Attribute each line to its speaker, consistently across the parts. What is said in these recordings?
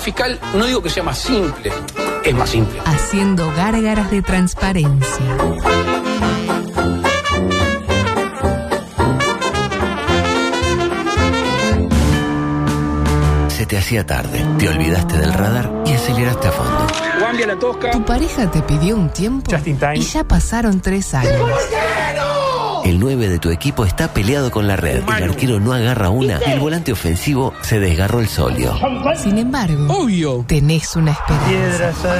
Speaker 1: fiscal no digo que sea más simple, es más simple.
Speaker 2: Haciendo gárgaras de transparencia.
Speaker 3: Se te hacía tarde, te olvidaste del radar y aceleraste a fondo.
Speaker 1: Guambia la tosca.
Speaker 2: Tu pareja te pidió un tiempo
Speaker 4: Just in time.
Speaker 2: y ya pasaron tres años.
Speaker 3: El 9 de tu equipo está peleado con la red. El arquero no agarra una y el volante ofensivo se desgarró el solio.
Speaker 2: Sin embargo,
Speaker 1: Obvio.
Speaker 2: tenés una esperanza.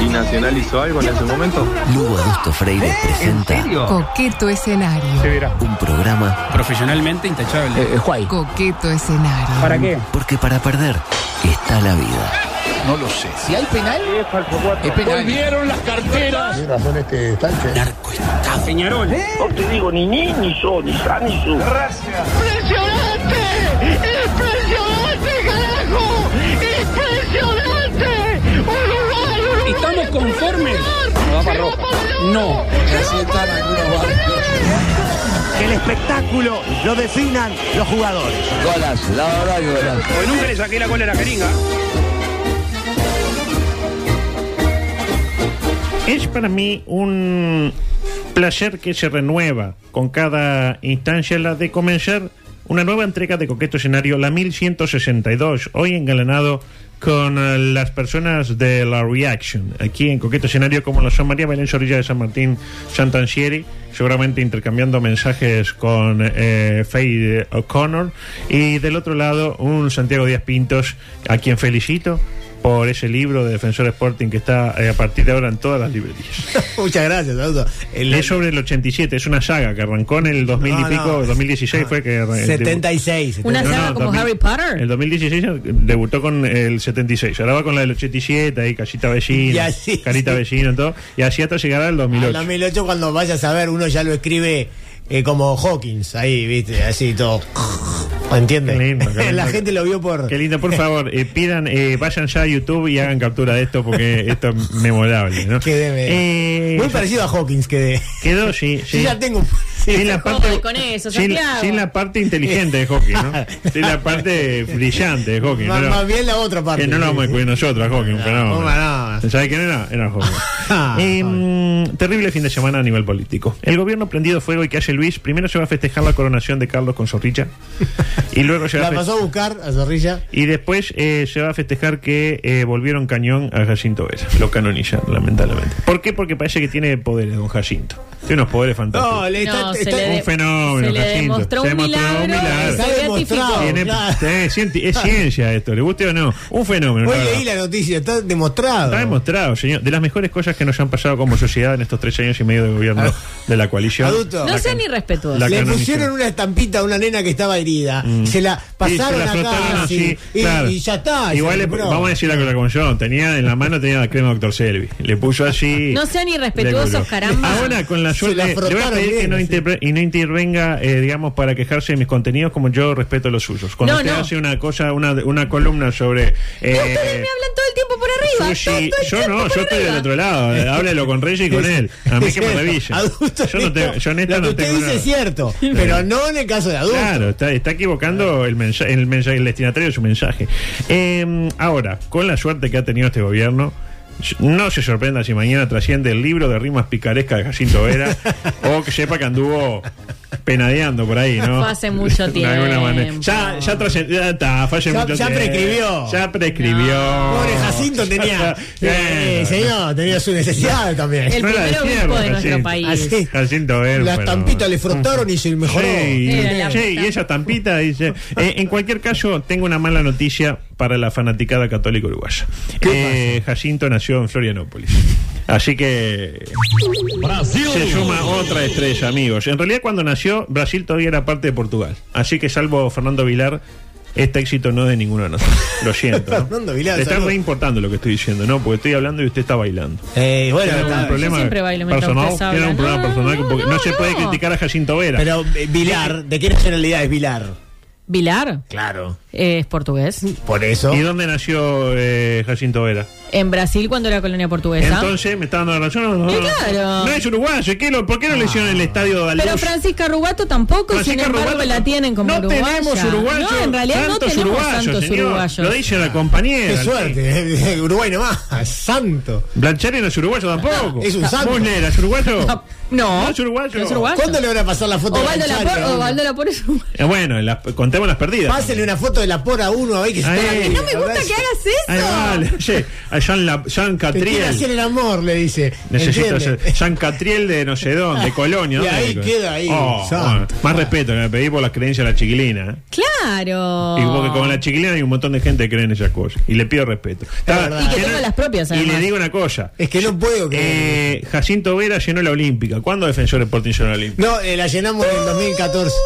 Speaker 5: ¿Y Nacional hizo algo en ese momento?
Speaker 3: Lugo Adusto Freire presenta
Speaker 2: Coqueto escenario.
Speaker 3: un programa
Speaker 1: Profesionalmente intachable.
Speaker 2: Coqueto escenario.
Speaker 4: Eh, ¿Para qué?
Speaker 3: porque para perder está la vida.
Speaker 6: Si hay penal, es penal.
Speaker 1: Volvieron las carteras.
Speaker 4: Peñarol.
Speaker 1: Eh.
Speaker 7: ¡Impresionante! ¡Impresionante, carajo! ¡Impresionante! ¡Uruguay, Uruguay!
Speaker 4: ¿Estamos conformes?
Speaker 7: No va para ropa. No.
Speaker 6: Así están algunos barrios.
Speaker 8: El espectáculo lo definan los jugadores.
Speaker 6: Golazo, la verdad que golazo.
Speaker 4: Porque nunca le saqué la cola a la jeringa.
Speaker 6: Ah,
Speaker 9: Es para mí un placer que se renueva con cada instancia la de comenzar una nueva entrega de Coqueto Escenario, la 1162, hoy engalanado con eh, las personas de la Reaction, aquí en Coqueto Escenario, como lo son María Belén Sorilla de San Martín Santancieri, seguramente intercambiando mensajes con eh, Faye O'Connor, y del otro lado un Santiago Díaz Pintos, a quien felicito por ese libro de Defensor Sporting que está eh, a partir de ahora en todas las librerías.
Speaker 6: Muchas gracias, saludo. El-
Speaker 9: Es sobre el 87, es una saga que arrancó en el 2000
Speaker 6: No,
Speaker 9: y
Speaker 6: no,
Speaker 9: pico,
Speaker 6: es-
Speaker 9: 2016 fue que... arran-
Speaker 6: 76.
Speaker 10: Una
Speaker 9: No, no,
Speaker 10: saga como
Speaker 9: 2000.
Speaker 10: Harry Potter.
Speaker 9: El 2016 debutó con el 76, ahora va con la del 87, ahí Casita Vecina,
Speaker 6: Y así,
Speaker 9: Carita
Speaker 6: sí. Ah,
Speaker 9: Vecina, todo, y así hasta llegar al
Speaker 6: En
Speaker 9: 2008.
Speaker 6: 2008 cuando vayas a ver, uno ya lo escribe eh, como Hawkins, ahí, viste, así todo. ¿Entiendes?
Speaker 9: Qué lindo, qué
Speaker 6: La
Speaker 9: lindo.
Speaker 6: gente lo vio por...
Speaker 9: Qué lindo, por favor, eh, pidan, eh, vayan ya a YouTube y hagan captura de esto porque esto es memorable. ¿no?
Speaker 6: Que debe-
Speaker 9: Eh,
Speaker 6: Muy parecido a Hawkins quedé.
Speaker 9: Quedó, sí. sí.
Speaker 6: Yo ya tengo...
Speaker 9: Sin la,
Speaker 10: ¿Cómo
Speaker 9: parte,
Speaker 10: voy con eso,
Speaker 9: sin-
Speaker 10: Santiago?
Speaker 9: sin la parte inteligente de hockey, ¿no? Sin la parte brillante de hockey.
Speaker 6: más,
Speaker 9: no,
Speaker 6: más bien la otra parte.
Speaker 9: que no lo vamos a descubrir nosotros a hockey, un
Speaker 6: No,
Speaker 9: fenómeno.
Speaker 6: no, no.
Speaker 9: ¿Sabes quién era? Era hockey.
Speaker 6: Ah,
Speaker 9: Eh, mm, terrible fin de semana a nivel político. El gobierno prendido fuego y calle Luis. Primero se va a festejar la coronación de Carlos con Zorrilla. y luego se va a
Speaker 6: La
Speaker 9: feste-
Speaker 6: pasó a buscar a Zorrilla.
Speaker 9: y después eh, se va a festejar que eh, volvieron cañón a Jacinto Vera. Lo canonizan, lamentablemente. ¿Por qué? Porque parece que tiene poderes, don Jacinto. Tiene unos poderes fantásticos.
Speaker 6: No, le está...
Speaker 10: No, se
Speaker 6: está-
Speaker 10: le de-
Speaker 9: Un fenómeno,
Speaker 10: se le
Speaker 9: Jacinto.
Speaker 10: demostró
Speaker 9: Se
Speaker 10: un
Speaker 9: demostró un
Speaker 10: milagro.
Speaker 9: milagro.
Speaker 10: se
Speaker 6: Está
Speaker 10: beatificó.
Speaker 6: demostrado.
Speaker 9: Tiene-
Speaker 6: Claro.
Speaker 9: eh, cienti- es ciencia esto, le guste o no. Un fenómeno.
Speaker 6: Hoy
Speaker 9: la verdad.
Speaker 6: leí la noticia, está demostrado.
Speaker 9: Está demostrado, señor. De las mejores cosas que nos han pasado como sociedad en estos tres años y medio de gobierno de la coalición.
Speaker 6: Ah. Adulto.
Speaker 10: No
Speaker 9: La
Speaker 10: sean
Speaker 9: can-
Speaker 10: irrespetuosos.
Speaker 9: la
Speaker 6: Le
Speaker 9: canonización.
Speaker 6: pusieron una estampita a una nena que estaba herida. Se la pasaron
Speaker 9: Y se la frotaron
Speaker 6: acá. ah,
Speaker 9: así,
Speaker 6: sí, y,
Speaker 9: claro.
Speaker 6: y ya está.
Speaker 9: Igual
Speaker 6: se
Speaker 9: le-
Speaker 6: compró.
Speaker 9: vamos a decir la cosa como yo. Tenía en la mano tenía la crema Doctor Servi. Le puso así.
Speaker 10: No sean irrespetuosos,
Speaker 9: le colgó.
Speaker 10: caramba.
Speaker 9: Ahora con la
Speaker 6: Se
Speaker 9: suerte.
Speaker 6: la
Speaker 9: Le voy a
Speaker 6: frotaron
Speaker 9: pedir que
Speaker 6: bien,
Speaker 9: no
Speaker 6: sí.
Speaker 9: interpre- y no intervenga, eh, digamos, para quejarse de mis contenidos como yo respeto los suyos. Cuando
Speaker 10: No,
Speaker 9: usted
Speaker 10: no.
Speaker 9: hace una cosa, una, una columna sobre. eh,
Speaker 10: No, ustedes me hablan todo el tiempo por arriba.
Speaker 9: Sushi,
Speaker 10: todo- todo el
Speaker 9: yo
Speaker 10: tiempo
Speaker 9: no,
Speaker 10: por
Speaker 9: yo estoy
Speaker 10: arriba.
Speaker 9: del otro lado. Eh, Háblalo con Reyes y con él. A mí que me
Speaker 6: Bueno,
Speaker 9: revisen.
Speaker 6: adulto,
Speaker 9: Yo no, tengo, yo en esta
Speaker 6: lo
Speaker 9: no
Speaker 6: que usted
Speaker 9: tengo
Speaker 6: dice
Speaker 9: nada.
Speaker 6: es cierto, pero no en el caso de adultos.
Speaker 9: Claro, está, está equivocando el mensaje, el mensaje, el destinatario de su mensaje. Eh, ahora, con la suerte que ha tenido este gobierno, no se sorprenda si mañana trasciende el libro de rimas picarescas de Jacinto Vera o que sepa que anduvo penadeando por ahí, ¿no?
Speaker 10: Fue hace mucho
Speaker 9: De alguna manera.
Speaker 10: tiempo.
Speaker 9: Ya, ya trascendió, ya está, fue hace
Speaker 6: Ya-
Speaker 9: mucho
Speaker 6: ya
Speaker 9: tiempo.
Speaker 6: prescribió.
Speaker 9: Ya prescribió.
Speaker 6: Pobre Jacinto tenía.
Speaker 9: Ya-
Speaker 6: eh, señor, tenía su necesidad también.
Speaker 10: El
Speaker 9: No era de
Speaker 10: primer
Speaker 9: fierro,
Speaker 10: obispo de nuestro
Speaker 9: Jacinto.
Speaker 10: país.
Speaker 6: Así.
Speaker 9: Jacinto Vera.
Speaker 6: La
Speaker 9: pero-
Speaker 6: estampita le frotaron y se mejoró.
Speaker 9: Sí,
Speaker 10: Era la
Speaker 9: sí,
Speaker 10: puta.
Speaker 9: y esa tampita dice. eh, en cualquier caso, tengo una mala noticia para la fanaticada católica uruguaya. Eh, Jacinto nació en Florianópolis. Así que se suma otra estrella, amigos. En realidad, cuando nació, Brasil todavía era parte de Portugal. Así que, salvo Fernando Vilar, este éxito no es de ninguno de nosotros. Lo siento. ¿no?
Speaker 6: Fernando Vilar,
Speaker 9: Le está
Speaker 6: saludos.
Speaker 9: re importando lo que estoy diciendo, ¿no? Porque estoy hablando y usted está bailando.
Speaker 6: Eh, bueno,
Speaker 9: Era un
Speaker 6: está-
Speaker 9: problema
Speaker 10: siempre bailo mientras
Speaker 9: personal.
Speaker 10: ustedes
Speaker 9: Era un
Speaker 10: hablan.
Speaker 9: problema
Speaker 10: No,
Speaker 9: personal que
Speaker 10: no,
Speaker 9: porque- no,
Speaker 10: no,
Speaker 9: se puede
Speaker 10: no.
Speaker 9: criticar a Jacinto Vera.
Speaker 6: pero eh, Vilar, ¿de qué nacionalidad es Vilar?
Speaker 10: Vilar
Speaker 6: Claro.
Speaker 10: eh, es portugués.
Speaker 6: Por eso.
Speaker 9: ¿Y dónde nació eh, Jacinto Vera?
Speaker 10: en Brasil cuando era colonia portuguesa.
Speaker 9: Entonces me está dando la razón. No, no,
Speaker 10: Y
Speaker 9: no.
Speaker 10: claro. Ah.
Speaker 9: No es uruguayo. ¿qué lo- ¿Por qué no le hicieron el estadio de
Speaker 10: Pero Francisca Rubato tampoco,
Speaker 9: Francisca
Speaker 10: sin embargo,
Speaker 9: Rubato-
Speaker 10: la tienen como
Speaker 9: no
Speaker 10: uruguaya.
Speaker 9: tenemos uruguayos.
Speaker 10: No, en realidad no
Speaker 9: tantos
Speaker 10: tenemos
Speaker 9: uruguayos,
Speaker 10: tantos
Speaker 9: señor.
Speaker 10: uruguayos.
Speaker 9: Lo dice la compañera.
Speaker 6: Qué
Speaker 9: sí.
Speaker 6: suerte, eh, Uruguay nomás, santo.
Speaker 9: Blanchari no es uruguayo tampoco.
Speaker 6: Ah, Es un santo.
Speaker 9: Buchner, ¿es uruguayo?
Speaker 10: No, no.
Speaker 9: es uruguayo.
Speaker 10: No es uruguayo.
Speaker 6: ¿Cuándo le van a pasar la foto
Speaker 10: Ovaldo
Speaker 6: de Blanchari
Speaker 10: Lapor,
Speaker 6: a uno?
Speaker 10: Ovaldo Lapor es uruguayo.
Speaker 9: Eh, bueno, las- contemos las perdidas.
Speaker 6: Pásenle una foto de la por a uno ahí que se
Speaker 9: Ay,
Speaker 6: está
Speaker 9: no me
Speaker 10: Me gusta que hagas eso.
Speaker 9: Ahí va, le- oye, a Jean, La- Jean
Speaker 6: Te quiere hacer
Speaker 9: Catriel.
Speaker 6: el amor, le dice.
Speaker 9: Necesito
Speaker 6: ¿Entiende?
Speaker 9: hacer- Jean Catriel de no sé dónde, Colonia.
Speaker 6: Y
Speaker 9: ¿dónde
Speaker 6: ahí
Speaker 9: le-
Speaker 6: queda ahí,
Speaker 9: Oh,
Speaker 6: santo.
Speaker 9: bueno, más respeto que me pedí por las creencias de la chiquilina. ¿eh?
Speaker 10: Claro.
Speaker 9: Y
Speaker 6: Oh.
Speaker 9: porque con la chiquilina hay un montón de gente que cree en esas cosas. Y le pido respeto.
Speaker 6: verdad. Y que
Speaker 9: llenó-
Speaker 10: tenga las propias,
Speaker 9: Y le
Speaker 10: además.
Speaker 9: digo una cosa.
Speaker 6: Es que no puedo creer.
Speaker 9: Eh, Jacinto Vera llenó la Olímpica. ¿Cuándo Defensor Sporting llenó la Olímpica?
Speaker 6: No, eh, la llenamos en el 2014.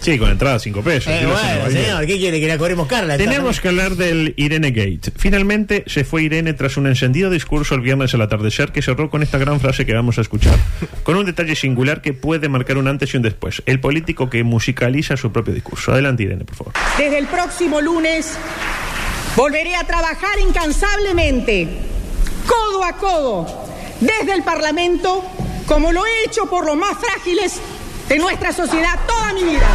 Speaker 9: Sí, con entrada 5 pesos.
Speaker 6: Eh,
Speaker 9: Yo no sé, no
Speaker 6: bueno,
Speaker 9: valía.
Speaker 6: señor, ¿qué quiere? Que la cobremos Carla.
Speaker 9: Tenemos que hablar del Irene Gate. Finalmente se fue Irene tras un encendido discurso el viernes al atardecer que cerró con esta gran frase que vamos a escuchar, con un detalle singular que puede marcar un antes y un después. El político que musicaliza su propio discurso. Adelante Irene, por favor.
Speaker 11: Desde el próximo lunes volveré a trabajar incansablemente, codo a codo, desde el Parlamento, como lo he hecho por los más frágiles de nuestra sociedad toda mi vida.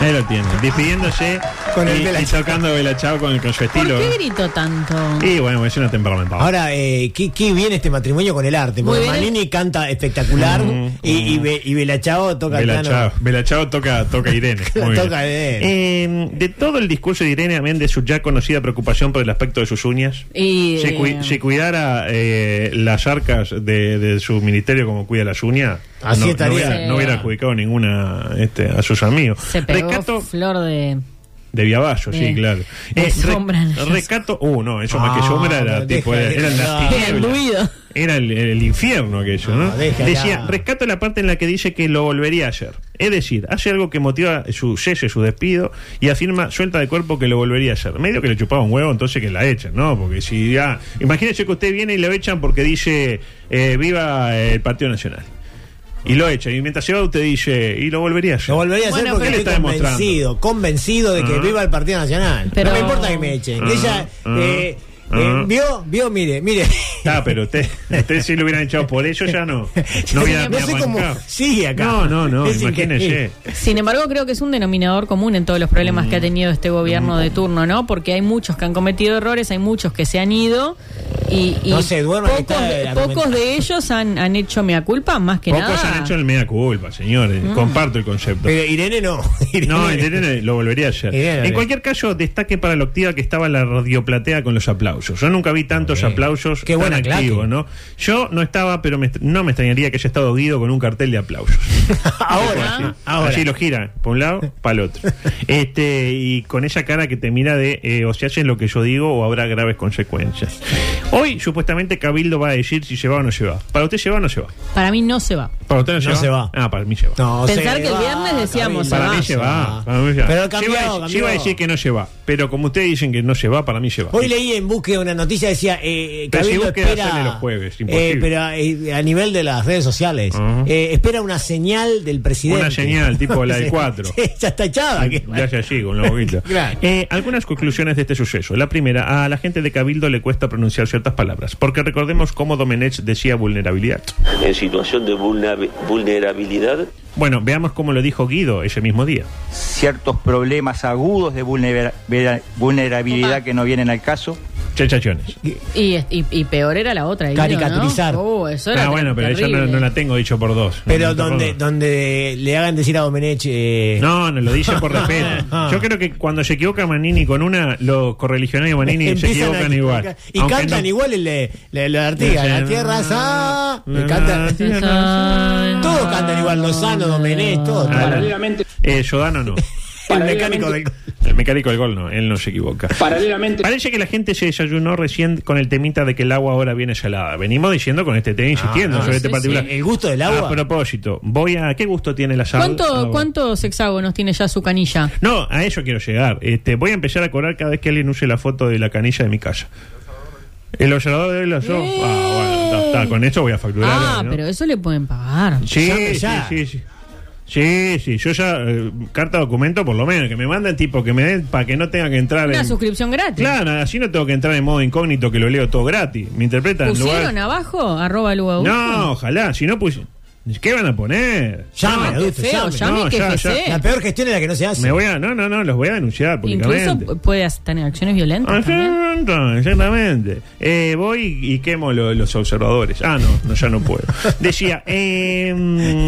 Speaker 9: Ahí lo tiene, despidiéndose
Speaker 6: Con el
Speaker 9: y,
Speaker 6: Vela
Speaker 9: y
Speaker 6: Chao.
Speaker 9: tocando Vela Chao con, con su
Speaker 10: ¿Por
Speaker 9: estilo.
Speaker 10: qué
Speaker 9: ¿eh?
Speaker 10: grito tanto?
Speaker 9: Y bueno, es una temperamental.
Speaker 6: Ahora, eh, ¿qué, qué viene este matrimonio con el arte?
Speaker 10: Muy
Speaker 6: Porque
Speaker 10: bien.
Speaker 6: Manini canta espectacular
Speaker 9: Mm.
Speaker 6: y, y, Be- y Bela Chao toca
Speaker 9: Bela
Speaker 6: el
Speaker 9: Chao.
Speaker 6: piano.
Speaker 9: Bela Chao toca, toca Irene. Muy bien.
Speaker 6: Toca
Speaker 9: Eh, de todo el discurso de Irene, amén de su ya conocida preocupación por el aspecto de sus uñas,
Speaker 10: Y-
Speaker 9: si, cui- si cuidara eh, las arcas de, de su ministerio como cuida las uñas,
Speaker 6: Así
Speaker 9: no, no
Speaker 6: estaría.
Speaker 9: hubiera, no hubiera adjudicado ninguna este, a sus amigos.
Speaker 10: Se pegó
Speaker 9: Recato-
Speaker 10: flor de...
Speaker 9: de Viavaso, sí,
Speaker 10: Sí.
Speaker 9: claro. Eh,
Speaker 10: De
Speaker 9: re-
Speaker 10: sombra en las-
Speaker 9: recato, uh, no, eso más que
Speaker 6: Ah,
Speaker 9: sombra era
Speaker 6: pero
Speaker 9: tipo,
Speaker 6: deja de-
Speaker 9: era, eran las
Speaker 6: no.
Speaker 9: tinieblas.
Speaker 10: El ruido.
Speaker 9: Era el, el infierno aquello, ¿no?
Speaker 6: No, deja
Speaker 9: Decía,
Speaker 6: ya.
Speaker 9: rescato la parte en la que dice que lo volvería a hacer. Es decir, hace algo que motiva su cese, su despido, y afirma suelta de cuerpo que lo volvería a hacer. Medio que le chupaba un huevo, entonces que la echen, ¿no? Porque si ya. Imagínese que usted viene y lo echan porque dice, eh, viva el Partido Nacional. Y lo echa, y mientras se va usted dice, y lo volvería a hacer.
Speaker 6: Lo volvería a hacer
Speaker 9: Bueno,
Speaker 6: porque
Speaker 9: pero-
Speaker 6: estoy
Speaker 9: ¿qué le está
Speaker 6: convencido, convencido de que
Speaker 9: Ah.
Speaker 6: viva el Partido Nacional.
Speaker 10: Pero-
Speaker 6: No me importa que me echen.
Speaker 9: Ah,
Speaker 6: Ella
Speaker 9: ah,
Speaker 6: eh,
Speaker 9: ah.
Speaker 6: eh, vio, vio, mire, mire.
Speaker 9: Ah, pero usted, usted si lo hubieran echado por eso ya no. No hubiera
Speaker 6: no
Speaker 9: ni
Speaker 6: sé cómo
Speaker 9: arrancado.
Speaker 6: sigue acá.
Speaker 9: No, no, no,
Speaker 6: Es
Speaker 9: imagínese.
Speaker 6: increíble.
Speaker 10: Sin embargo, creo que es un denominador común en todos los problemas que ha tenido este gobierno de turno, ¿no? Porque hay muchos que han cometido errores, hay muchos que se han ido y, y
Speaker 6: No se duerma, que
Speaker 10: pocos,
Speaker 6: está
Speaker 10: de,
Speaker 6: la
Speaker 10: pocos
Speaker 6: tormenta.
Speaker 10: de ellos han, han hecho mea culpa, más que
Speaker 9: Pocos
Speaker 10: nada.
Speaker 9: han hecho el mea culpa, señores. Comparto el concepto.
Speaker 6: Pero Irene no. Irene-
Speaker 9: No, Irene lo volvería a hacer.
Speaker 6: Irene,
Speaker 9: en
Speaker 6: Irene.
Speaker 9: cualquier caso, destaque para lo activa que estaba la radioplatea con los aplausos. Yo nunca vi tantos
Speaker 6: Muy bien.
Speaker 9: aplausos
Speaker 6: Qué
Speaker 9: tan
Speaker 6: buena claque.
Speaker 9: activos, ¿no? Yo no estaba, pero me est- no me extrañaría que haya estado Guido con un cartel de aplausos.
Speaker 6: ahora, ahora.
Speaker 9: Así lo gira, por un lado, para el otro. Este, y con esa cara que te mira de eh, o se hacen lo que yo digo o habrá graves consecuencias. Hoy, supuestamente, Cabildo va a decir si se va o no se va. ¿Para usted se va o no se va.
Speaker 10: Para mí no se va.
Speaker 9: Para usted no se,
Speaker 6: No
Speaker 9: va?
Speaker 6: se va.
Speaker 9: Ah, para mí se va.
Speaker 6: No,
Speaker 10: Pensar
Speaker 6: se
Speaker 10: que el
Speaker 6: va,
Speaker 10: viernes decíamos, "Ah,
Speaker 9: Para
Speaker 10: se
Speaker 9: mí
Speaker 10: va,
Speaker 9: se va. para mí se va.
Speaker 6: Pero
Speaker 9: Yo iba a-
Speaker 6: cambió,
Speaker 9: yo iba a decir que no se va. Pero como ustedes dicen que no se va, para mí se va.
Speaker 6: Hoy leí en búsqueda una noticia decía eh, eh,
Speaker 9: Pero si
Speaker 6: Cabildo
Speaker 9: búsqueda
Speaker 6: espera
Speaker 9: sale los jueves, imposible.
Speaker 6: eh, pero eh, a nivel de las redes sociales
Speaker 9: Ajá.
Speaker 6: eh, espera una señal del presidente.
Speaker 9: Una señal, tipo la del
Speaker 6: Sí,
Speaker 9: cuatro.
Speaker 6: sí, ya está echada. que-
Speaker 9: Ya se así, con la boquita.
Speaker 6: Claro.
Speaker 9: Eh, algunas conclusiones de este suceso. La primera, a la gente de Cabildo le cuesta pronunciar ciertas palabras, porque recordemos cómo Domenech decía vulnerabilidad.
Speaker 12: en situación de vulnera- vulnerabilidad
Speaker 9: Bueno, veamos cómo lo dijo Guido ese mismo día.
Speaker 8: Ciertos problemas agudos de vulnerabilidad que no vienen al caso.
Speaker 9: Sensaciones.
Speaker 10: Y, y- y peor era la otra. Guido, ¿no?
Speaker 6: Caricaturizar.
Speaker 10: Oh, eso era
Speaker 9: Ah, bueno, pero ella no,
Speaker 10: terrible.
Speaker 9: no la tengo dicho por dos.
Speaker 6: Pero
Speaker 9: No, no,
Speaker 6: donde,
Speaker 9: por dos.
Speaker 6: donde le hagan decir a Domenech. eh,
Speaker 9: No, no lo dice por
Speaker 6: Ah.
Speaker 9: respeto. Yo creo que cuando se equivoca Manini con una, los correligionarios de Manini se
Speaker 6: empiezan a-
Speaker 9: equivocan igual.
Speaker 6: Y
Speaker 9: Aunque
Speaker 6: cantan
Speaker 9: no-
Speaker 6: igual el de el de la Artigas,
Speaker 9: No sé,
Speaker 6: La tierra es ah,
Speaker 9: no,
Speaker 6: y cantan-
Speaker 9: no, no,
Speaker 6: Todos cantan igual, Lozano, Domenech, todos.
Speaker 9: Ah, no.
Speaker 1: Paralelamente-
Speaker 9: Eh, Giordano no.
Speaker 6: el mecánico del.
Speaker 9: El mecánico del gol no, él no se equivoca.
Speaker 1: Paralelamente,
Speaker 9: Parece que la gente se desayunó recién con el temita de que el agua ahora viene salada. Venimos diciendo con este tema, insistiendo
Speaker 6: no,
Speaker 9: sobre
Speaker 6: Ah, sí,
Speaker 9: este
Speaker 10: sí.
Speaker 9: particular.
Speaker 6: El gusto del
Speaker 9: A
Speaker 6: agua.
Speaker 9: propósito, voy a. ¿Qué gusto tiene la sal?
Speaker 10: ¿Cuánto-
Speaker 9: Ah, bueno.
Speaker 10: ¿Cuántos hexágonos tiene ya su canilla?
Speaker 9: No, a eso quiero llegar. Este, voy a empezar a cobrar cada vez que alguien use la foto de la canilla de mi casa. El observador de hoy la yo. Ah, bueno, está, está, con eso voy a facturar.
Speaker 10: Ah,
Speaker 9: hoy, ¿no?
Speaker 10: pero eso le pueden pagar.
Speaker 9: Sí,
Speaker 6: Llame
Speaker 9: sí,
Speaker 6: ya.
Speaker 9: sí, sí. Sí, sí, yo ya, eh, carta documento por lo menos, que me manden tipo, que me den para que no tenga que entrar
Speaker 10: Una
Speaker 9: en...
Speaker 10: suscripción gratis.
Speaker 9: Claro, así no tengo que entrar en modo incógnito que lo leo todo gratis. ¿Me interpretan? En lugar-
Speaker 10: ¿Pusieron abajo? Arroba Lu Augusto.
Speaker 9: No, ojalá, si no pusieron... ¿Qué van a poner?
Speaker 10: Llame, No, qué adulto, feo, llame. llame que jefecé. La peor
Speaker 9: gestión es la que no se
Speaker 10: hace.
Speaker 9: Me voy a, no, no, no, los voy a denunciar
Speaker 10: Incluso
Speaker 9: públicamente.
Speaker 10: puede hacer- tener acciones violentas.
Speaker 9: Ah,
Speaker 10: también.
Speaker 9: Exactamente. exactamente. Eh, voy y quemo lo- los observadores. Ah, no, no, ya no puedo. Decía, eh,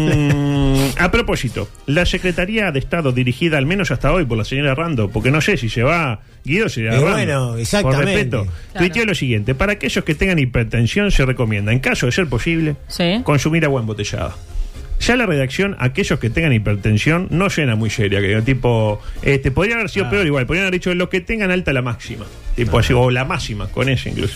Speaker 9: mm, a propósito, la Secretaría de Estado dirigida al menos hasta hoy por la señora Rando, porque no sé si se va Guido, si se va
Speaker 6: Eh,
Speaker 9: Rando,
Speaker 6: bueno,
Speaker 9: Por
Speaker 6: exactamente.
Speaker 9: respeto,
Speaker 6: Claro.
Speaker 9: tuiteó lo siguiente, para aquellos que tengan hipertensión se recomienda, en caso de ser posible, consumir agua embotellada. Ya la redacción, aquellos que tengan hipertensión, no suena muy seria. Que digan, tipo, este, podría haber
Speaker 6: Ah.
Speaker 9: sido peor igual, podrían haber dicho los que tengan alta la máxima. Tipo así, o la máxima, con ese incluso.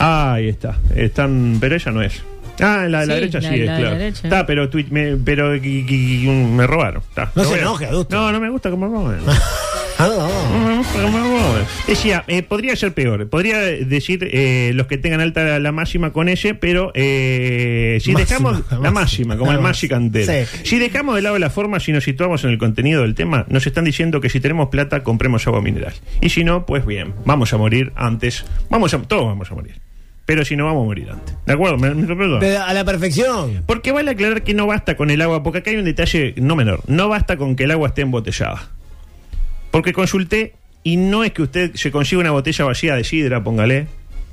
Speaker 9: Ah, ahí está. Están, pero ella no es. Ah, la de la
Speaker 6: Sí,
Speaker 9: derecha
Speaker 6: la-
Speaker 9: sí es,
Speaker 6: la de la
Speaker 9: claro.
Speaker 6: derecha.
Speaker 9: Está, pero, tuit- me, pero y- y- y- me robaron. Está.
Speaker 6: No
Speaker 9: Lo
Speaker 6: se
Speaker 9: voy a-
Speaker 6: enoje, adulto.
Speaker 9: No, no me gusta como roben. No me gusta como roben. Decía, eh, podría ser peor. Podría decir eh, los que tengan alta la, la máxima con ese, pero eh, si
Speaker 6: Máxima,
Speaker 9: dejamos la máxima, como
Speaker 6: la
Speaker 9: el
Speaker 6: máxima.
Speaker 9: Magic Antero.
Speaker 6: Sí.
Speaker 9: Si dejamos de lado la forma, si nos situamos en el contenido del tema, nos están diciendo que si tenemos plata, compremos agua mineral. Y si no, pues bien, vamos a morir antes. Vamos a, todos vamos a morir. Pero si no, vamos a morir antes. ¿De acuerdo? ¿Me, me lo perdono?
Speaker 6: Pero a la perfección.
Speaker 9: Porque vale aclarar que no basta con el agua, porque acá hay un detalle no menor. No basta con que el agua esté embotellada. Porque consulté y no es que usted se consiga una botella vacía de sidra, póngale,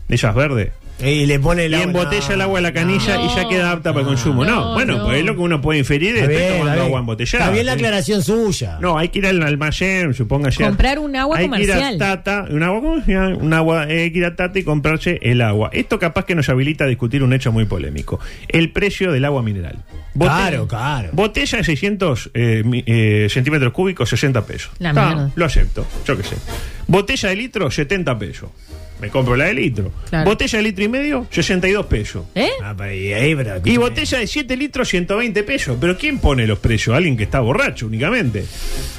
Speaker 9: de esas verdes.
Speaker 6: Y le pone el
Speaker 9: y
Speaker 6: agua,
Speaker 9: embotella
Speaker 6: no.
Speaker 9: el agua a la canilla y ya queda apta para el consumo. No,
Speaker 6: No,
Speaker 9: bueno,
Speaker 6: no.
Speaker 9: pues es lo que uno puede inferir,
Speaker 6: Está
Speaker 9: estoy
Speaker 6: bien,
Speaker 9: tomando
Speaker 6: está bien.
Speaker 9: agua embotellada.
Speaker 6: Está bien la
Speaker 9: Sí.
Speaker 6: aclaración suya.
Speaker 9: Ah. No, hay que ir al almacén, supóngase.
Speaker 10: Comprar un agua
Speaker 9: hay Que
Speaker 10: comercial.
Speaker 9: ir a Tata, un agua, ¿cómo se llama? Un agua, eh, hay que ir a Tata y comprarse el agua. Esto capaz que nos habilita a discutir un hecho muy polémico. El precio del agua mineral.
Speaker 6: Claro,
Speaker 9: claro. Botella de 600 eh, mi- eh, centímetros cúbicos, 60 pesos.
Speaker 6: La
Speaker 9: Está,
Speaker 6: mierda.
Speaker 9: Lo acepto, yo qué sé. Botella de litro, 70 pesos. Me compro la de litro.
Speaker 6: Claro.
Speaker 9: Botella de litro y medio, 62 pesos.
Speaker 10: ¿Eh?
Speaker 6: Ah, pero y ahí, pero,
Speaker 9: Y botella de 7 litros, 120 pesos. Pero ¿quién pone los precios? Alguien que está borracho únicamente.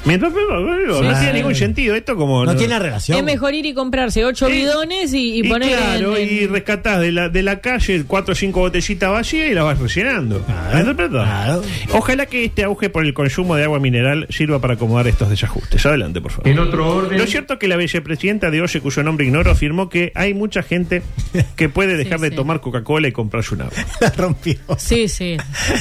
Speaker 9: Mientras, pero, pero,
Speaker 6: Sí.
Speaker 9: no tiene
Speaker 6: Sí.
Speaker 9: ningún sentido. Esto como.
Speaker 6: No tiene relación.
Speaker 10: Es mejor ir y comprarse ocho bidones y, y
Speaker 9: Y
Speaker 10: poner.
Speaker 9: claro,
Speaker 10: en- en-
Speaker 9: y rescatás de la, de la calle cuatro o cinco botellitas vacías y las vas rellenando. ¿Me interpreto? Ojalá que este auge por el consumo de agua mineral sirva para acomodar estos desajustes. Adelante, por favor.
Speaker 13: En otro orden-
Speaker 9: Lo cierto es que la vicepresidenta de OSE, cuyo nombre ignoro, afirmó que hay mucha gente que puede dejar de tomar Coca-Cola y comprarse un agua.
Speaker 6: La rompió.
Speaker 10: Sí, sí.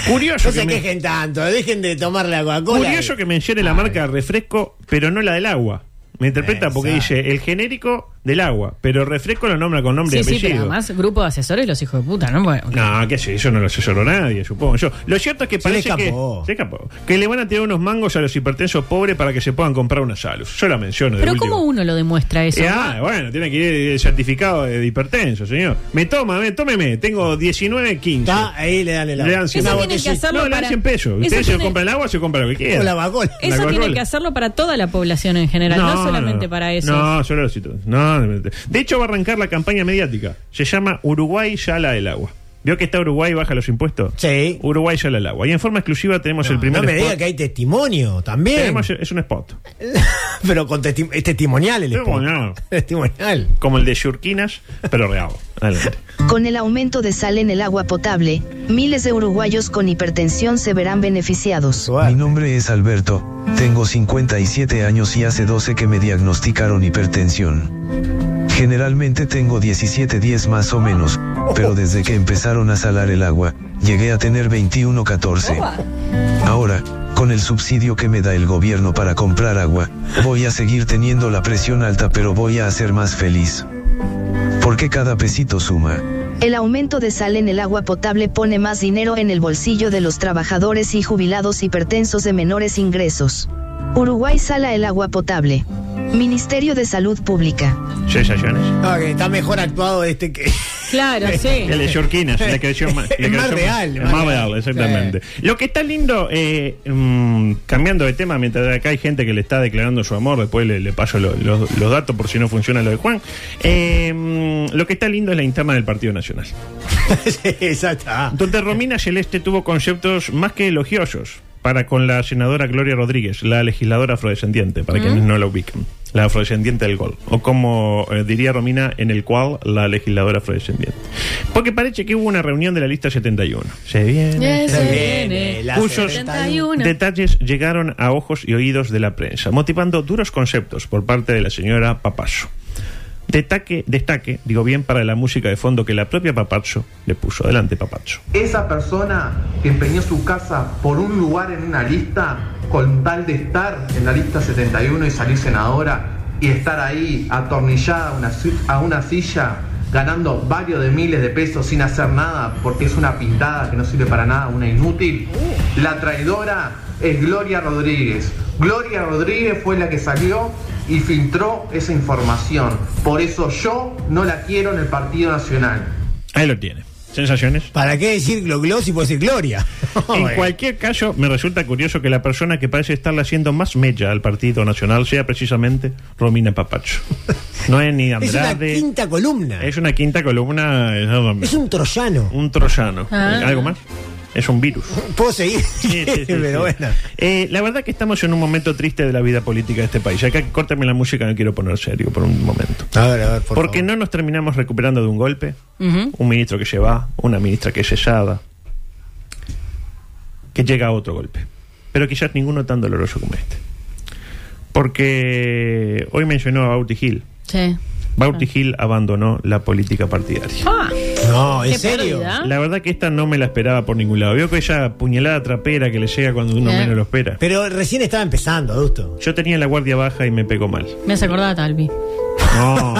Speaker 9: Curioso
Speaker 6: No se
Speaker 9: que me-
Speaker 6: quejen tanto, dejen de tomar la Coca-Cola.
Speaker 9: Curioso que mencione la marca refresco, pero no la del agua. Me interpreta porque dice el genérico del agua, pero refresco lo nombra con nombre
Speaker 10: Sí,
Speaker 9: y
Speaker 10: sí, pero
Speaker 9: apellido.
Speaker 10: además, grupo de asesores, los hijos de puta, ¿no? Bueno,
Speaker 9: no, qué sé, eso no lo asesoró nadie, supongo yo. Lo cierto es que
Speaker 10: Se le
Speaker 9: parece que
Speaker 10: escapó.
Speaker 9: se escapó. que le van a tirar unos mangos a los hipertensos pobres para que se puedan comprar una salud. Yo la menciono de
Speaker 10: Pero
Speaker 9: último.
Speaker 10: ¿cómo uno lo demuestra eso?
Speaker 9: Eh, ah, bueno, tiene que ir eh, certificado de hipertenso, señor. Me toma, me, tómeme, tengo 19, 15.
Speaker 6: ahí le dan el agua.
Speaker 9: Le dan 100
Speaker 10: Eso
Speaker 9: pesos.
Speaker 10: tienen que hacerlo
Speaker 9: No, le dan
Speaker 10: para-
Speaker 9: 100 pesos.
Speaker 10: Eso
Speaker 9: Ustedes se
Speaker 10: tiene-
Speaker 9: compran el agua, se compran lo que quieran.
Speaker 6: O la Coca-Cola.
Speaker 9: Eh,
Speaker 10: Eso tiene que hacerlo para toda la población en general, no, solamente
Speaker 9: no.
Speaker 10: para eso.
Speaker 9: No, solo los hitos. No, no, no. de hecho va a arrancar la campaña mediática. Se llama Uruguay Yala el agua. ¿Vio que está Uruguay baja los impuestos? Sí. Uruguay Yala el agua. Y en forma exclusiva tenemos el primer
Speaker 6: No me
Speaker 9: spot.
Speaker 6: diga que hay testimonio también.
Speaker 9: Tenemos- es un spot.
Speaker 6: Pero con testi- es testimonial el spot.
Speaker 9: Testimonial.
Speaker 6: Testimonial.
Speaker 9: Como el de Yurquinas, pero real. Adelante.
Speaker 14: Con el aumento de sal en el agua potable, miles de uruguayos con hipertensión se verán beneficiados.
Speaker 15: Mi nombre es Alberto, tengo 57 años y hace 12 que me diagnosticaron hipertensión. Generalmente tengo 17 10 más o menos, pero desde que empezaron a salar el agua, llegué a tener 21 14. Ahora, con el subsidio que me da el gobierno para comprar agua, voy a seguir teniendo la presión alta pero voy a ser más feliz. Porque cada pesito suma.
Speaker 14: El aumento de sal en el agua potable pone más dinero en el bolsillo de los trabajadores y jubilados hipertensos de menores ingresos. Uruguay sala el agua potable. Ministerio de Salud Pública.
Speaker 9: Sensaciones.
Speaker 6: Ah, que está mejor actuado este que.
Speaker 10: Claro,
Speaker 9: El de Yorquinas, Eh, le creció más. le
Speaker 6: Es más
Speaker 9: creció
Speaker 6: real,
Speaker 9: es
Speaker 6: más
Speaker 9: más
Speaker 6: real.
Speaker 9: real, exactamente. Lo que está lindo, eh, mm, cambiando de tema, mientras acá hay gente que le está declarando su amor, después le, le paso lo- lo- los datos por si no funciona lo de Juan. Eh, mm, lo que está lindo es la interna del Partido Nacional.
Speaker 6: Ah,
Speaker 9: Donde Romina Celeste tuvo conceptos más que elogiosos para con la senadora Gloria Rodríguez, la legisladora afrodescendiente, para
Speaker 6: ¿Mm?
Speaker 9: quienes no la ubican. La afrodescendiente del gol. O como eh, diría Romina, en el cual la legisladora afrodescendiente. Porque parece que hubo una reunión de la lista 71. Se viene.
Speaker 10: Ya se
Speaker 6: eh,
Speaker 10: viene la
Speaker 9: Cuyos
Speaker 10: 71.
Speaker 9: detalles llegaron a ojos y oídos de la prensa, motivando duros conceptos por parte de la señora Papasso. Destaque, destaque, digo bien, para la música de fondo que la propia Papacho le puso. Adelante, Papacho.
Speaker 13: Esa persona que empeñó su casa por un lugar en una lista con tal de estar en la lista 71 y salir senadora y estar ahí atornillada a una, si- a una silla ganando varios de miles de pesos sin hacer nada porque es una pintada que no sirve para nada, una inútil. La traidora es Gloria Rodríguez. Gloria Rodríguez fue la que salió y filtró esa información. Por eso yo no la quiero en el Partido Nacional.
Speaker 9: Ahí lo tiene. ¿Sensaciones?
Speaker 6: ¿Para qué decir glogló si puede decir gloria?
Speaker 9: En cualquier caso, me resulta curioso que la persona que parece estarle haciendo más mella al Partido Nacional sea precisamente Romina Papacho. No es ni
Speaker 6: Es una
Speaker 9: Andrade.
Speaker 6: quinta columna.
Speaker 9: Es una quinta columna. eh, nada menos.
Speaker 6: Es un troyano.
Speaker 9: Un troyano.
Speaker 6: Ah.
Speaker 9: Eh, ¿Algo más? Es un virus.
Speaker 6: Puedo seguir.
Speaker 9: Sí, sí, sí,
Speaker 6: Pero
Speaker 9: sí.
Speaker 6: bueno.
Speaker 9: Eh, la verdad que estamos en un momento triste de la vida política de este país. Acá córtame la música, no quiero poner serio por un momento.
Speaker 6: A ver, a ver, por
Speaker 9: Porque no nos terminamos recuperando de un golpe.
Speaker 10: Ujú.
Speaker 9: Un ministro que se va, una ministra que es cesada, que llega a otro golpe. Pero quizás ninguno tan doloroso como este. Porque hoy mencionó a Bauti Gil.
Speaker 10: Sí.
Speaker 9: Bauti Gil abandonó la política partidaria.
Speaker 10: Ah,
Speaker 6: No,
Speaker 10: qué pérdida.
Speaker 9: La verdad que esta no me la esperaba por ningún lado. Veo que esa puñalada trapera que le llega cuando uno
Speaker 10: Eh.
Speaker 9: menos lo espera.
Speaker 6: Pero recién estaba empezando, adusto.
Speaker 9: Yo tenía la guardia baja y me pegó mal.
Speaker 10: Me has acordado a Talvi.
Speaker 9: No.